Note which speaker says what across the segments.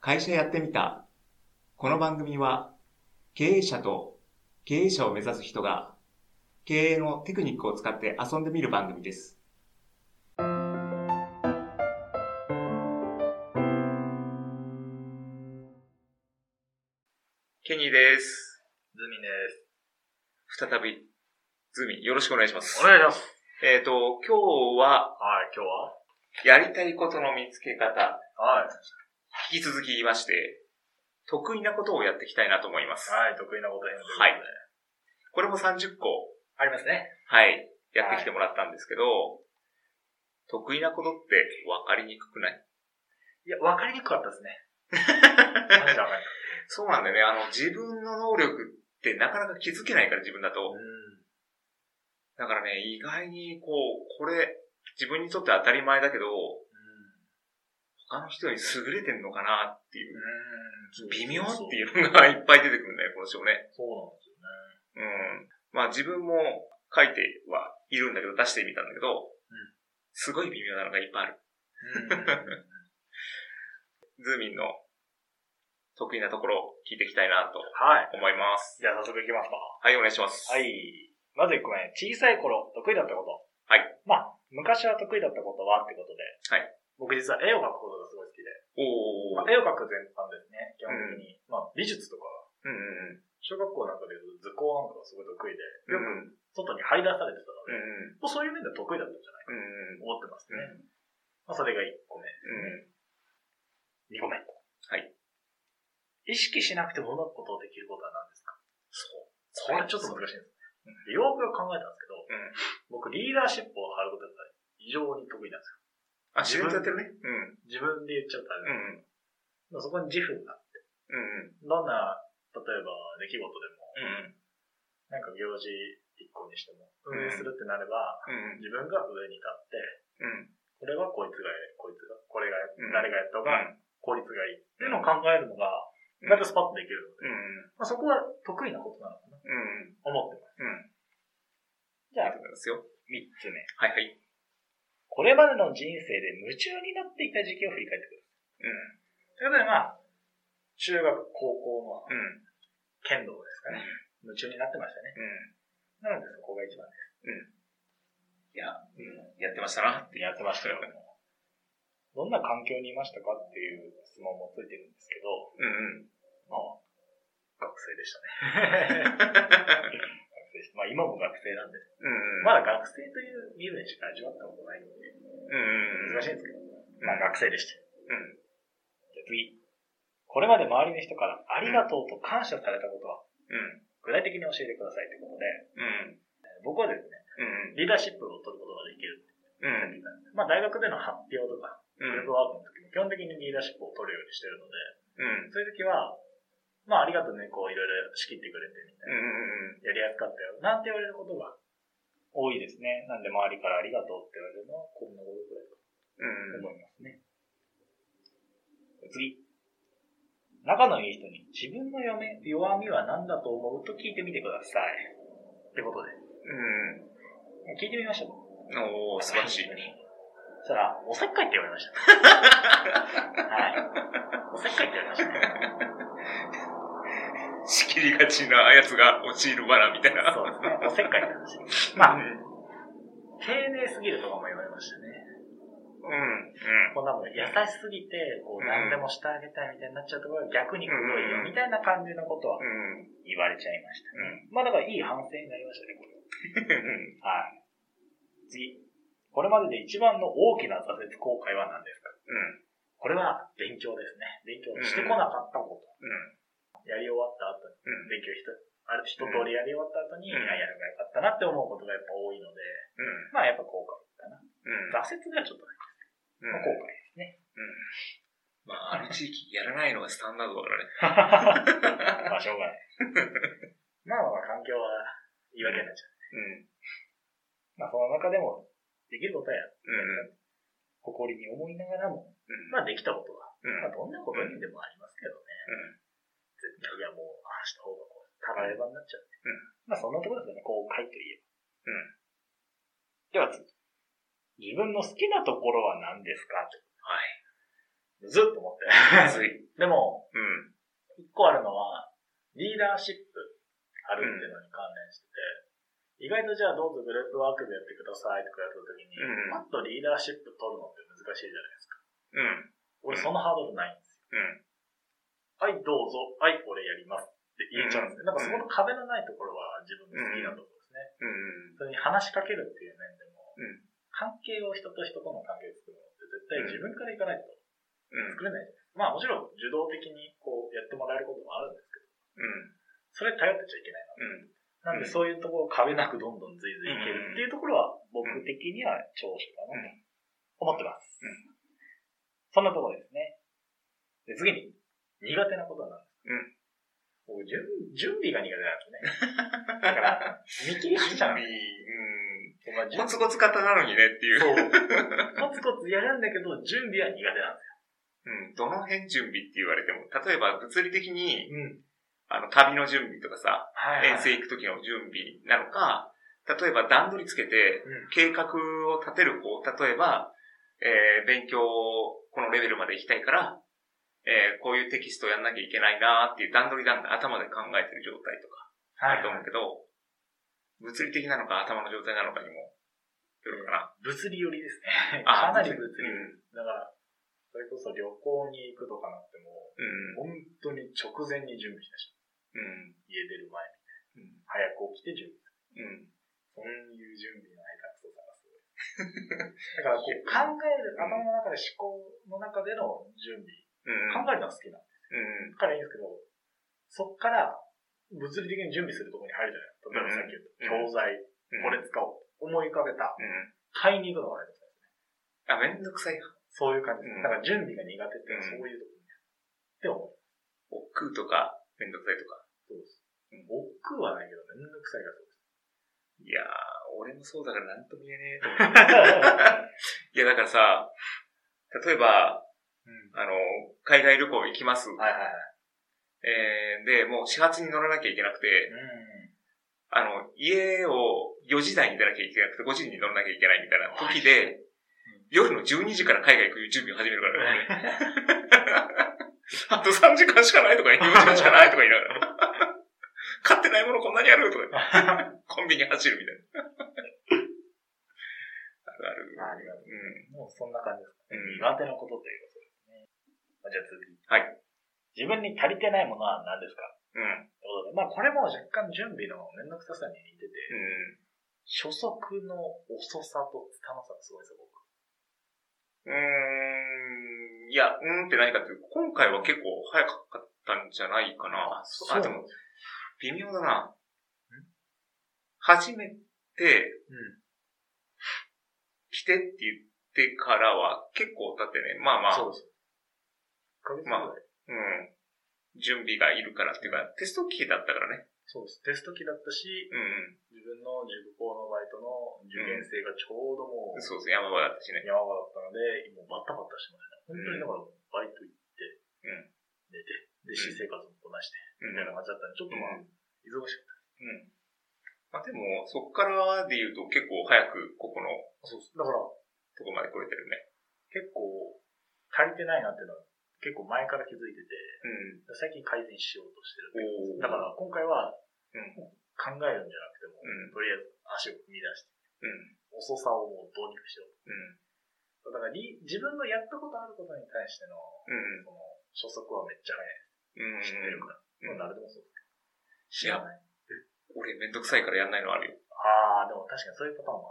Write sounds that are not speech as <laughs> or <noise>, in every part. Speaker 1: 会社やってみた。この番組は、経営者と経営者を目指す人が、経営のテクニックを使って遊んでみる番組です。ケニーです。
Speaker 2: ズミで
Speaker 1: 再び、ズミ、よろしくお願いします
Speaker 2: す。お。願いします。
Speaker 1: えっ、と、今日は、
Speaker 2: はい、今日は
Speaker 1: やりたいことの見つけ方、
Speaker 2: はい。
Speaker 1: 引き続き言いまして、得意なことをやっていきたいなと思います。
Speaker 2: はい、得意なこと編ということで。
Speaker 1: はいこれも30個、
Speaker 2: ありますね。
Speaker 1: はい、やってきてもらったんですけど、得意なことって分かりにくくない
Speaker 2: いや、わかりにくかったですね。マジでわかりにく
Speaker 1: そうなんだよね。あの、自分の能力ってなかなか気づけないから、自分だと。だからね、意外に、こう、これ、自分にとって当たり前だけど、他の人に優れてんのかなっていうう、
Speaker 2: ん。うん。
Speaker 1: 微妙って
Speaker 2: う。
Speaker 1: いうのがいっぱい出てくるんだよ、この章ね。
Speaker 2: そうなんですよね。
Speaker 1: うん。まあ自分も書いてはいるんだけど、出してみたんだけど、すごい微妙なのがいっぱいある。
Speaker 2: うん。
Speaker 1: ズーミンの得意なところを聞いていきたいなと
Speaker 2: はい。
Speaker 1: 思います。
Speaker 2: じゃあ早速いきますか。
Speaker 1: はい、お願いします。
Speaker 2: は。い。まず1個目、小さい頃、得意だったこと。
Speaker 1: はい。
Speaker 2: まあ、昔は得意だったことはってこと
Speaker 1: は
Speaker 2: で。
Speaker 1: い。
Speaker 2: 僕実は絵を描くことがすごい好きで。
Speaker 1: お
Speaker 2: ま
Speaker 1: ー
Speaker 2: あ、。絵を描く全般ですね、基本的に。まあ、美術とか、
Speaker 1: うんうん
Speaker 2: 小学校なんかでいうと図工なんかがすごい得意で、
Speaker 1: うん。うん
Speaker 2: よく外に張り出されてたの
Speaker 1: うん
Speaker 2: で、もうそういう面では得意だったんじゃないか
Speaker 1: うん。
Speaker 2: と思ってます
Speaker 1: うん
Speaker 2: ね。まあ、それが1個目。
Speaker 1: うん。
Speaker 2: 2個目。
Speaker 1: はい。
Speaker 2: 意識しなくてもうまくことをできることは何ですか
Speaker 1: そう
Speaker 2: これちょっと難しいですね。でよくよく考えたんですけど、
Speaker 1: うん。
Speaker 2: 僕リーダーシップを張ることが非常に得意なんです
Speaker 1: あ、自分でやってるね。うん。
Speaker 2: よ。自分で言っちゃった
Speaker 1: う
Speaker 2: ら、
Speaker 1: ん。
Speaker 2: まあそこに自負が。
Speaker 1: うん。
Speaker 2: どんな、例えば出来事でも、
Speaker 1: うん。
Speaker 2: なんか行事1個にしても、
Speaker 1: ん
Speaker 2: 運営するってなれば、
Speaker 1: うん。
Speaker 2: 自分が上に立って、
Speaker 1: うん。
Speaker 2: これはこいつがやれ、こいつが、これが
Speaker 1: うん
Speaker 2: や、誰がやった方が効率がいいっていうのを考えるの
Speaker 1: う
Speaker 2: が、
Speaker 1: ん
Speaker 2: なんかスパッとできるので、
Speaker 1: うん。
Speaker 2: まあ、そこは得意なことなのかな、
Speaker 1: うん。
Speaker 2: 思ってま
Speaker 1: うん。
Speaker 2: す。じ
Speaker 1: あ
Speaker 2: ゃ
Speaker 1: りがと
Speaker 2: あ
Speaker 1: う、ございますよ。
Speaker 2: 三つ目。
Speaker 1: はいはい。
Speaker 2: これまでの人生で夢中になっていた時期を振り返ってくる。ということで、まあ、中学、高校の
Speaker 1: うん。うん。
Speaker 2: 剣道ですかね。夢中になってましたね。
Speaker 1: うん。
Speaker 2: なので、そこが一番で
Speaker 1: い
Speaker 2: す。
Speaker 1: や、うん、やってましたな。
Speaker 2: やってましたよ。どんな環境にいましたかっていう質問もついてるんですけど、
Speaker 1: うんうん。
Speaker 2: まあ、学生でしたね。学生 <laughs> ですまあ今も学生なんで、
Speaker 1: うん。
Speaker 2: まだ学生という身分しか味わったことないんで、
Speaker 1: うん。
Speaker 2: 難しいんですけど、まあ学生でした。
Speaker 1: うん。
Speaker 2: じゃあ次。これまで周りの人からありがとうと感謝されたことは、
Speaker 1: うん。
Speaker 2: 具体的に教えてくださいということで、
Speaker 1: うん。
Speaker 2: 僕はですね、
Speaker 1: うん。
Speaker 2: リーダーシップを取ることができる。
Speaker 1: うん。
Speaker 2: まあ大学での発表とか、
Speaker 1: う
Speaker 2: グルー
Speaker 1: ん。
Speaker 2: プワークの時も基本的にリーダーシップを取るようにしてるので、
Speaker 1: うん。
Speaker 2: そういう時は、まあありがとうね、こういろいろ仕切ってくれてみたいな。
Speaker 1: うん。
Speaker 2: やりやすかったよ。なんて言われることが多いですね。なんで周りからありがとうって言われるのは、こんなことくらいだ
Speaker 1: うん。
Speaker 2: と思いますね。次。仲のいい人に自分の弱め弱みは何だと思うと聞いてみてください。ってことで。
Speaker 1: う
Speaker 2: 聞いてみましたもん。
Speaker 1: ん。おー、素晴らしい。
Speaker 2: そしたら、おせっかいって言われ
Speaker 1: <laughs>
Speaker 2: ました。はい。おせっかいって言われましたね。
Speaker 1: 仕切りがちなやつが陥る罠みたいな。
Speaker 2: そうですね。おせっかいって言われました。
Speaker 1: まあ、
Speaker 2: ま
Speaker 1: う
Speaker 2: あ、
Speaker 1: ん。
Speaker 2: 丁寧すぎるとかも言われましたね。
Speaker 1: うん。
Speaker 2: こんなもん優しすぎて、こう、何でもしてあげたいみたいになっちゃうところが逆にくどいよ、みたいな感じのことは
Speaker 1: うん。
Speaker 2: 言われちゃいました
Speaker 1: う
Speaker 2: ね。まあだからいい反省になりましたね、これ
Speaker 1: ん。
Speaker 2: は。はい。次。これまでで一番の大きな挫折後悔は何ですかこれは勉強ですね。勉強してこなかったこと。やり終わった後に、勉強ひと、ある一通りやり終わった後に、
Speaker 1: うん
Speaker 2: あやればよかったなって思うことがやっぱ多いので、まあやっぱ後悔かな。挫折がちょっとね、まあ後 <laughs> 悔ですね。
Speaker 1: まあ、あの地域やらないのがスタンダードだからね。
Speaker 2: まあ、しょうがない。 <laughs> まあまあ、環境は言い訳になっちゃう。まあ、その中でも、できることはや、
Speaker 1: うん。うん。
Speaker 2: 誇りに思いながら
Speaker 1: う
Speaker 2: も、
Speaker 1: ん。
Speaker 2: まあ、できたことは、
Speaker 1: うん
Speaker 2: まあ、どんなことにでもありますけどね。絶対、いや、もう、ああした方がこう、たらればになっちゃう。まあ、そんなところですよね、後悔といえば。うん。では次。自分の好きなところは何ですかはい。むずっと思って。
Speaker 1: ずい。
Speaker 2: でも、
Speaker 1: うん。
Speaker 2: 一個あるのは、リーダーシップあるっていうのに関連してて、意外とじゃあどうぞグループワークでやってくださいとかやった時に、
Speaker 1: うん
Speaker 2: パッとリーダーシップ取るのって難しいじゃない
Speaker 1: うん。
Speaker 2: ですか。俺そのハードルないんですよ。
Speaker 1: うん。
Speaker 2: はい、どうぞ。はい、俺やります。って言えちゃうんですね。なんかそこの壁のないところは自分の好きなところですね。
Speaker 1: うん。
Speaker 2: それに話しかけるっていう面でも、
Speaker 1: うん
Speaker 2: 関係を人と人との関係を作るのって絶対自分からいかないと
Speaker 1: うん。
Speaker 2: 作れないじゃないですか。まあもちろん受動的にこうやってもらえることもあるんですけど、
Speaker 1: うん。
Speaker 2: それ頼ってちゃいけな
Speaker 1: うん。
Speaker 2: いな。なんでそういうところ壁なくどんどんずいずいいけるっていうところは僕的には長所かなと思ってます。
Speaker 1: うん
Speaker 2: そんなところですね。で、次に、苦手なことなんです。うん。僕、準準備が苦手なんですね。だから、 <laughs> 見切り発車なんです。
Speaker 1: う
Speaker 2: 僕は
Speaker 1: ん。コ
Speaker 2: 準
Speaker 1: ツコツ型なのにねっていう。
Speaker 2: そう。コツコツやるんだけど、準備は苦手なんで
Speaker 1: うん。どの辺準備って言われても、例えば物理的
Speaker 2: す
Speaker 1: に、
Speaker 2: よ。うん。
Speaker 1: あの、旅の準備とかさ、
Speaker 2: はい、
Speaker 1: 遠征行く時の準備なのか、例えば段取りつけて、
Speaker 2: うん。
Speaker 1: 計画を立てる方、例えば、えー、勉強、このレベルまで行きたいから、えー、こういうテキストやんなきゃいけないなーっていう段取り段取り頭で考えてる状態とか、あ
Speaker 2: は
Speaker 1: る
Speaker 2: い
Speaker 1: と思うけど、物理的なのか頭の状態なのかにも、よるかな。
Speaker 2: 物理寄りですね。
Speaker 1: あ
Speaker 2: かなり物
Speaker 1: う
Speaker 2: 理。
Speaker 1: ん。
Speaker 2: だから、それこそ旅行に行くとかなっても、
Speaker 1: うん。
Speaker 2: 本当に直前に準備しました。
Speaker 1: うん。
Speaker 2: 家出る前に。
Speaker 1: うん。
Speaker 2: 早く起きて準備。
Speaker 1: うん。
Speaker 2: そういう準備の下手くそさがすごい。だからこう考える、頭の中で思考の中での準備。
Speaker 1: うん。
Speaker 2: 考えるのは好きなんで
Speaker 1: うん。
Speaker 2: だからいいんですけど、そっから物理的に準備するところに入るじゃない例えばさっき言った教材、これ使おう。思い浮かべた。
Speaker 1: うん。
Speaker 2: 買いに行くのがあるんですよ
Speaker 1: あ、めんどくさい。
Speaker 2: そういう感じで
Speaker 1: うん
Speaker 2: す。だから準備が苦手っていうのはそういうところ
Speaker 1: 億劫とか、めんどくさいとか。
Speaker 2: にある。でも、そうです。僕はないけど、めんどくさいがそうです。
Speaker 1: いやー、俺もそうだからなんとも言えねえ <laughs> と思う。いや、だからさ、例えば、
Speaker 2: うん
Speaker 1: あの、海外旅行行きます。
Speaker 2: はいはいはい。
Speaker 1: えー、で、もう始発に乗らなきゃいけなくて、
Speaker 2: うん。
Speaker 1: あの、家を4時台に出なきゃいけなくて、5時に乗らなきゃいけないみたいな時で、夜の12時から海外行く準備を始めるからね。あと3時間しかないとか、4時間しかないとか言いながら。買ってないものこんなにあるとか言って。コンビニ走るみたいな。あるある。
Speaker 2: ありがと
Speaker 1: う
Speaker 2: もうそんな感じですかね。
Speaker 1: うん
Speaker 2: 苦手なことということですね。まあじゃあ次。
Speaker 1: はい。
Speaker 2: 自分に足りてないものは何ですか
Speaker 1: ん。うん。
Speaker 2: ということでまあこれも若干準備のめんどくささに似てて、初速の遅さと拙さがすごいですよ、僕。
Speaker 1: うん。うーん。いや、うーんって何かっていうと、今回は結構早かったんじゃないかな。あ、でも、微妙だな。初めて
Speaker 2: うん。
Speaker 1: 来てって言ってからは結構経ってね、まあまあ、
Speaker 2: そうです。1ヶ月ぐらい。
Speaker 1: うん。準備がいるからっていうか、テスト期だったからね。
Speaker 2: そうです。テスト期だったし、
Speaker 1: うん
Speaker 2: 自分の塾校のバイトの受験生がちょうども
Speaker 1: う。、
Speaker 2: うん
Speaker 1: そうそう、山場だったしね。
Speaker 2: 山場だったので、もうバタバタしてましたね。本当にだから、バイト行って、
Speaker 1: うん
Speaker 2: 寝て、で、私生活もこなして、
Speaker 1: うん
Speaker 2: みたいな感じだったんで、ちょっとまあ、忙しかった。
Speaker 1: うん。まあでも、そっからで言うと結構早くここの
Speaker 2: そうです。だから、
Speaker 1: とこまで来れてるね。
Speaker 2: 結構、足りてないなっていうのは、結構前から気づいてて、最近改善しようとし
Speaker 1: うん。
Speaker 2: てる。
Speaker 1: お
Speaker 2: だか、ら、今回は、
Speaker 1: うん。うん。
Speaker 2: 考えるんじゃなくても、
Speaker 1: うん
Speaker 2: とりあえず足を踏み出して、
Speaker 1: うん。
Speaker 2: 遅さをもうどうにかしよう。だからリ、自分のやったことあることに対しての、
Speaker 1: うん。
Speaker 2: その、初速はめっちゃ
Speaker 1: うん。
Speaker 2: 早い。知ってるから。
Speaker 1: うん
Speaker 2: まあ誰でもそうで
Speaker 1: い
Speaker 2: すけ
Speaker 1: や
Speaker 2: ど。知ら、ない。
Speaker 1: 俺めんどくさいからやんないのあるよ。
Speaker 2: ああ、でも確かにそういうパターン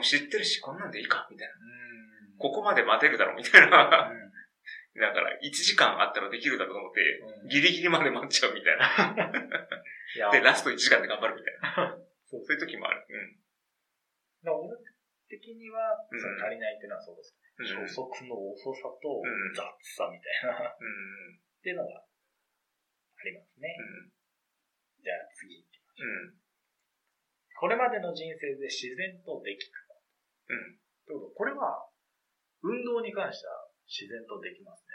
Speaker 2: も
Speaker 1: うん。も
Speaker 2: ある。
Speaker 1: う知ってるし、こんなんでいいか、みたいな。
Speaker 2: うん
Speaker 1: ここまで待てるだろ、みたいな。
Speaker 2: う
Speaker 1: だから、1時間あったらできるだろうと思って、
Speaker 2: ん。うん
Speaker 1: ギリギリまで待っちゃうみたいな。
Speaker 2: いや
Speaker 1: で、ラスト1時間で頑張るみたいな。
Speaker 2: <laughs> そう
Speaker 1: そういう時もある。
Speaker 2: だから俺的には、
Speaker 1: うん
Speaker 2: その足りないっていうのはそうです
Speaker 1: うん。
Speaker 2: ね。
Speaker 1: うん
Speaker 2: 初速の遅さと
Speaker 1: ん
Speaker 2: 雑さみたいな、っ
Speaker 1: うん。
Speaker 2: ていうのがありますね。
Speaker 1: う
Speaker 2: じゃあ次。
Speaker 1: ん。
Speaker 2: これまでの人生で自然とできた。
Speaker 1: うん。
Speaker 2: ということこれは、運動に関しては自然とできますね。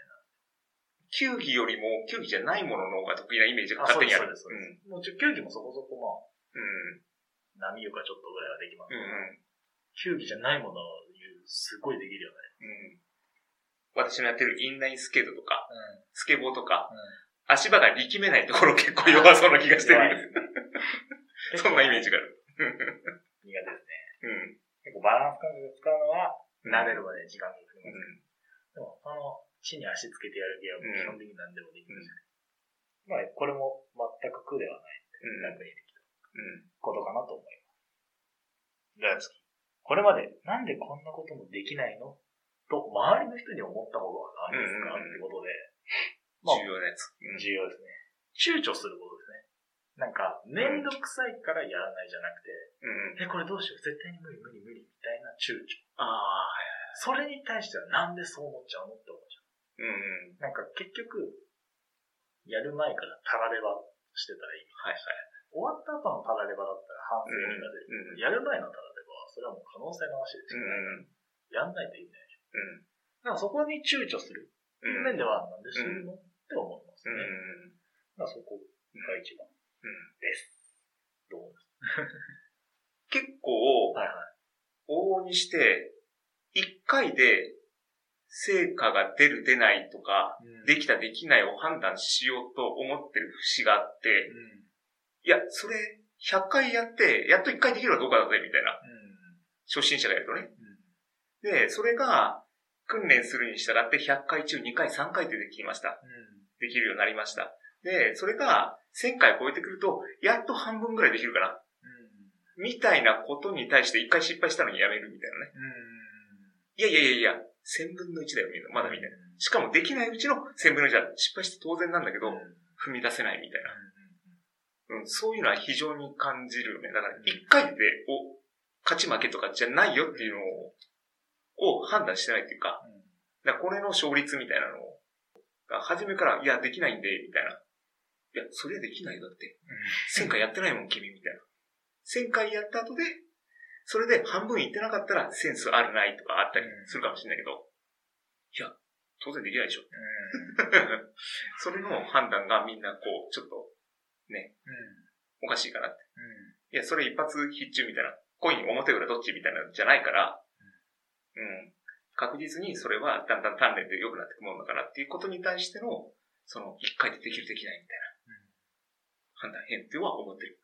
Speaker 1: 球技よりも、球技じゃないものの方が得意なイメージが勝手にある。
Speaker 2: そうです、そうです。もうちょ、球技もそこそこまあ、
Speaker 1: う
Speaker 2: 波ゆかちょっとぐらいはできますけ
Speaker 1: ん。うん。
Speaker 2: ど、球技じゃないものを言う、すごいできるよね。
Speaker 1: うん。私のやってるインラインスケートとか、
Speaker 2: う
Speaker 1: スケボーとか、
Speaker 2: ん。
Speaker 1: 足場が力めないところ結構弱そうな気がして
Speaker 2: 弱い
Speaker 1: る。 <laughs> そんなイメージがある。
Speaker 2: 苦手ですね。
Speaker 1: うん。
Speaker 2: 結構バランス感覚使うのは、慣れる
Speaker 1: わ。
Speaker 2: まで時間がかか
Speaker 1: う
Speaker 2: り
Speaker 1: ん
Speaker 2: ます。。でも、その、地に足つけてやるゲームは基本的に何でもできますね。まあ、これも全く苦ではない。
Speaker 1: うん。
Speaker 2: 楽にできる
Speaker 1: うん。
Speaker 2: ことかなと思います。
Speaker 1: 大好き。
Speaker 2: これまで、なんでこんなこともできないのと、周りの人に思ったことは何ですか
Speaker 1: う
Speaker 2: っ
Speaker 1: んうんうん
Speaker 2: てことで、まあ
Speaker 1: 重要なやつ。うん
Speaker 2: 重要ですね。躊躇することですね。なんか、めんどくさいからやらないじゃなく
Speaker 1: うん。
Speaker 2: て、え、これどうしよう絶対に無理無理無理みたいな躊躇。
Speaker 1: ああ、
Speaker 2: それに対してはなんでそう思っちゃうのって思っちゃ
Speaker 1: うんうん。
Speaker 2: う。なんか結局、やる前からたらればしてたらいいみたいな。終わった後のたらればだったら反省になる。
Speaker 1: うん。
Speaker 2: やる前のたらればは、それはもう可能性の話です
Speaker 1: う
Speaker 2: よ
Speaker 1: ん
Speaker 2: ね。やんないといけない。
Speaker 1: うん。
Speaker 2: なんかそこに躊躇する。
Speaker 1: う
Speaker 2: 面
Speaker 1: ん。
Speaker 2: ではなんでするの、って思います
Speaker 1: うん。
Speaker 2: ね。まあそこが一番です。どうです
Speaker 1: 結構、
Speaker 2: はいはい。
Speaker 1: 往々にして、一回で成果が出る出ないとか、できたできないを判断しようと思ってる節があって、
Speaker 2: うん。
Speaker 1: いや、それ、100回やって、やっと1回できるかどうかだぜ、みたいな。初心者がやるとね。
Speaker 2: う
Speaker 1: で、それが、訓練するに従って100回中2回、3回でできました。
Speaker 2: ん。
Speaker 1: できるようになりました。で、それが、1000回超えてくると、やっと半分ぐらいできるかな。みたいなことに対して1回失敗したのにやめるみたいなね。いやいやいやいや、1000分の1だよ、みんな。まだみたいな。
Speaker 2: な。
Speaker 1: しかもできないうちの1000分の1だ。失敗して当然なんだけど
Speaker 2: うん、
Speaker 1: 踏み出せないみたいな。うん、そういうのは非常に感じるよね。だから、一回で、お、勝ち負けとかじゃないよっていうのを、を判断してないっていうか、だからこれの勝率みたいなのを、だから初めから、いや、できないんで、みたいな。いや、そりゃできないよ、だって。1000回やってないもん、君、みたいな。1000回やった後で、それで半分いってなかったら、センスあるないとかあったりするかもしれないけど、いや、当然できないでしょ。それの判断がみんな、こう、ちょっと、おかしいかなって。いや、それ一発必中みたいな、コイン表裏どっちみたいなのじゃないから、うん。確実にそれはだんだん鍛錬で良くなっていくものだからっていうことに対しての、その、一回でできるできないみたいな、判断変っていうのは思ってる。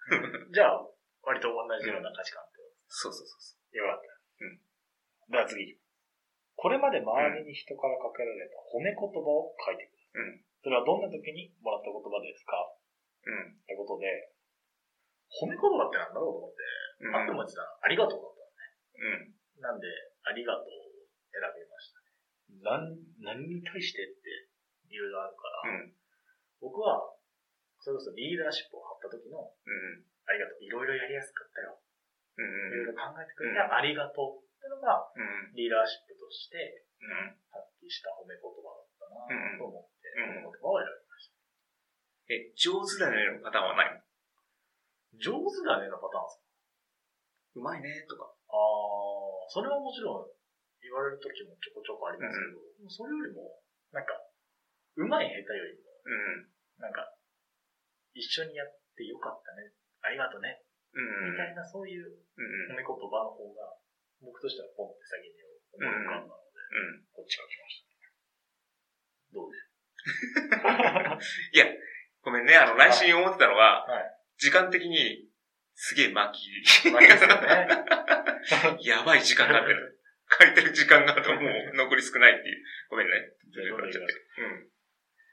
Speaker 2: じゃあ、割と同じような価値観ってこ
Speaker 1: そうそうそうそ
Speaker 2: とよかった。
Speaker 1: うん。
Speaker 2: じゃあ次。これまで周りに人からかけられた褒め言葉を書いてください。それはどんな時にもらった言葉ですか
Speaker 1: う。
Speaker 2: ってことで、褒め言葉ってなんだろうと思って、
Speaker 1: うん。
Speaker 2: あっても言ってたら、ありがとうだった。
Speaker 1: うん。
Speaker 2: なんで、ありがとうを選びましたね。なん、何に対してって理由があるから、
Speaker 1: うん。
Speaker 2: 僕は、それこそリーダーシップを張った時の、
Speaker 1: うん。
Speaker 2: ありがとう。いろいろやりやすかったよ。
Speaker 1: うん。
Speaker 2: いろいろ考えてくれてありがとうってのが、
Speaker 1: うん。うん。
Speaker 2: リーダーシップとして
Speaker 1: うん。
Speaker 2: 発揮した褒め言葉だった
Speaker 1: うん
Speaker 2: なと思って、
Speaker 1: うん
Speaker 2: この言葉を選
Speaker 1: え、上手だねのパターンはない
Speaker 2: び上手だねのパターンです
Speaker 1: うまいねとか。
Speaker 2: かああ、それはもちろん言われる時もちょこちょこありますけど、でもそれよりも、なんか、うまい下手よりも、
Speaker 1: うん。
Speaker 2: なんか、一緒にやってよかったね、ありがとうね、
Speaker 1: うん。
Speaker 2: みたいなそういう
Speaker 1: うん。
Speaker 2: 褒め言葉の方が、僕としてはポンって先に思い浮か
Speaker 1: う
Speaker 2: んだので、
Speaker 1: ん。
Speaker 2: こっちが来ましたね。どうでし
Speaker 1: <laughs> いや、ごめんね、あの、内心思ってたのは、
Speaker 2: はい
Speaker 1: 時間的に、すげえ巻き、
Speaker 2: ょう負けですよ
Speaker 1: <laughs>
Speaker 2: ね。 <laughs>
Speaker 1: やばい時間になってる。書いてる時間があともう残り少ないっていう。ごめんね。